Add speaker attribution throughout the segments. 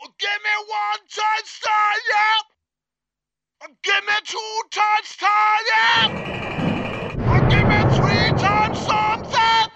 Speaker 1: Well, give me one touchdown, yeah. And give me two touchdown, yeah. And give me three times something.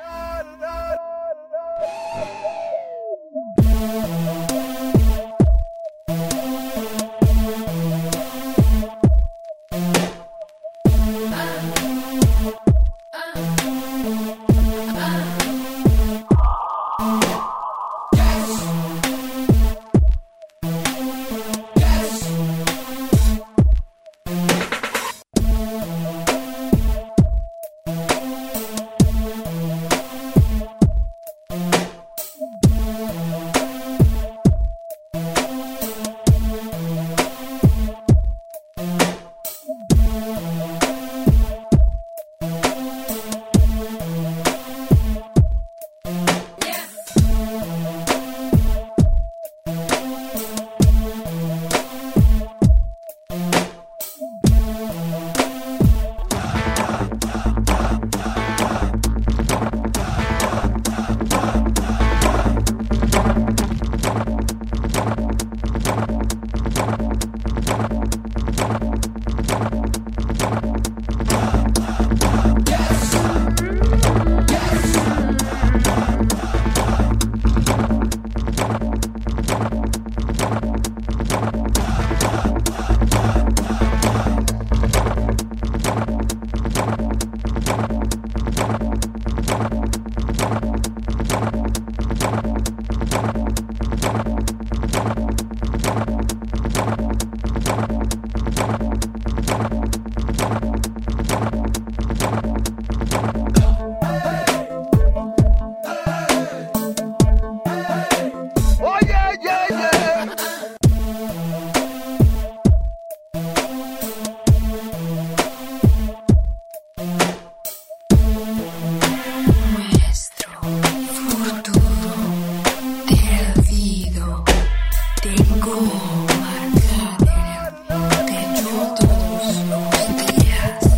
Speaker 1: Oh yeah, yeah, yeah.
Speaker 2: Nuestro futuro perdido tengo marcado en el pecho todos los días.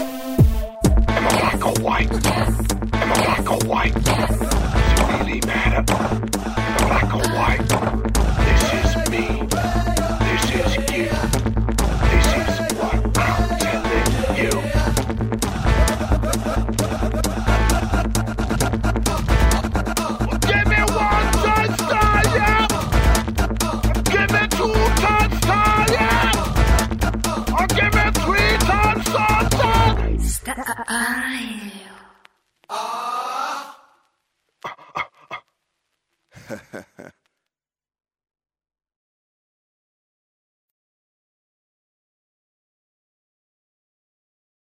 Speaker 1: black or white? Am I black or white? Does it really matter? Am I black or white? This is me. This is you. This is what I'm telling you. Give me one touchdown, yeah. Give me two touchdowns, yeah. Or give me three touchdowns.
Speaker 2: Style.
Speaker 1: Ah.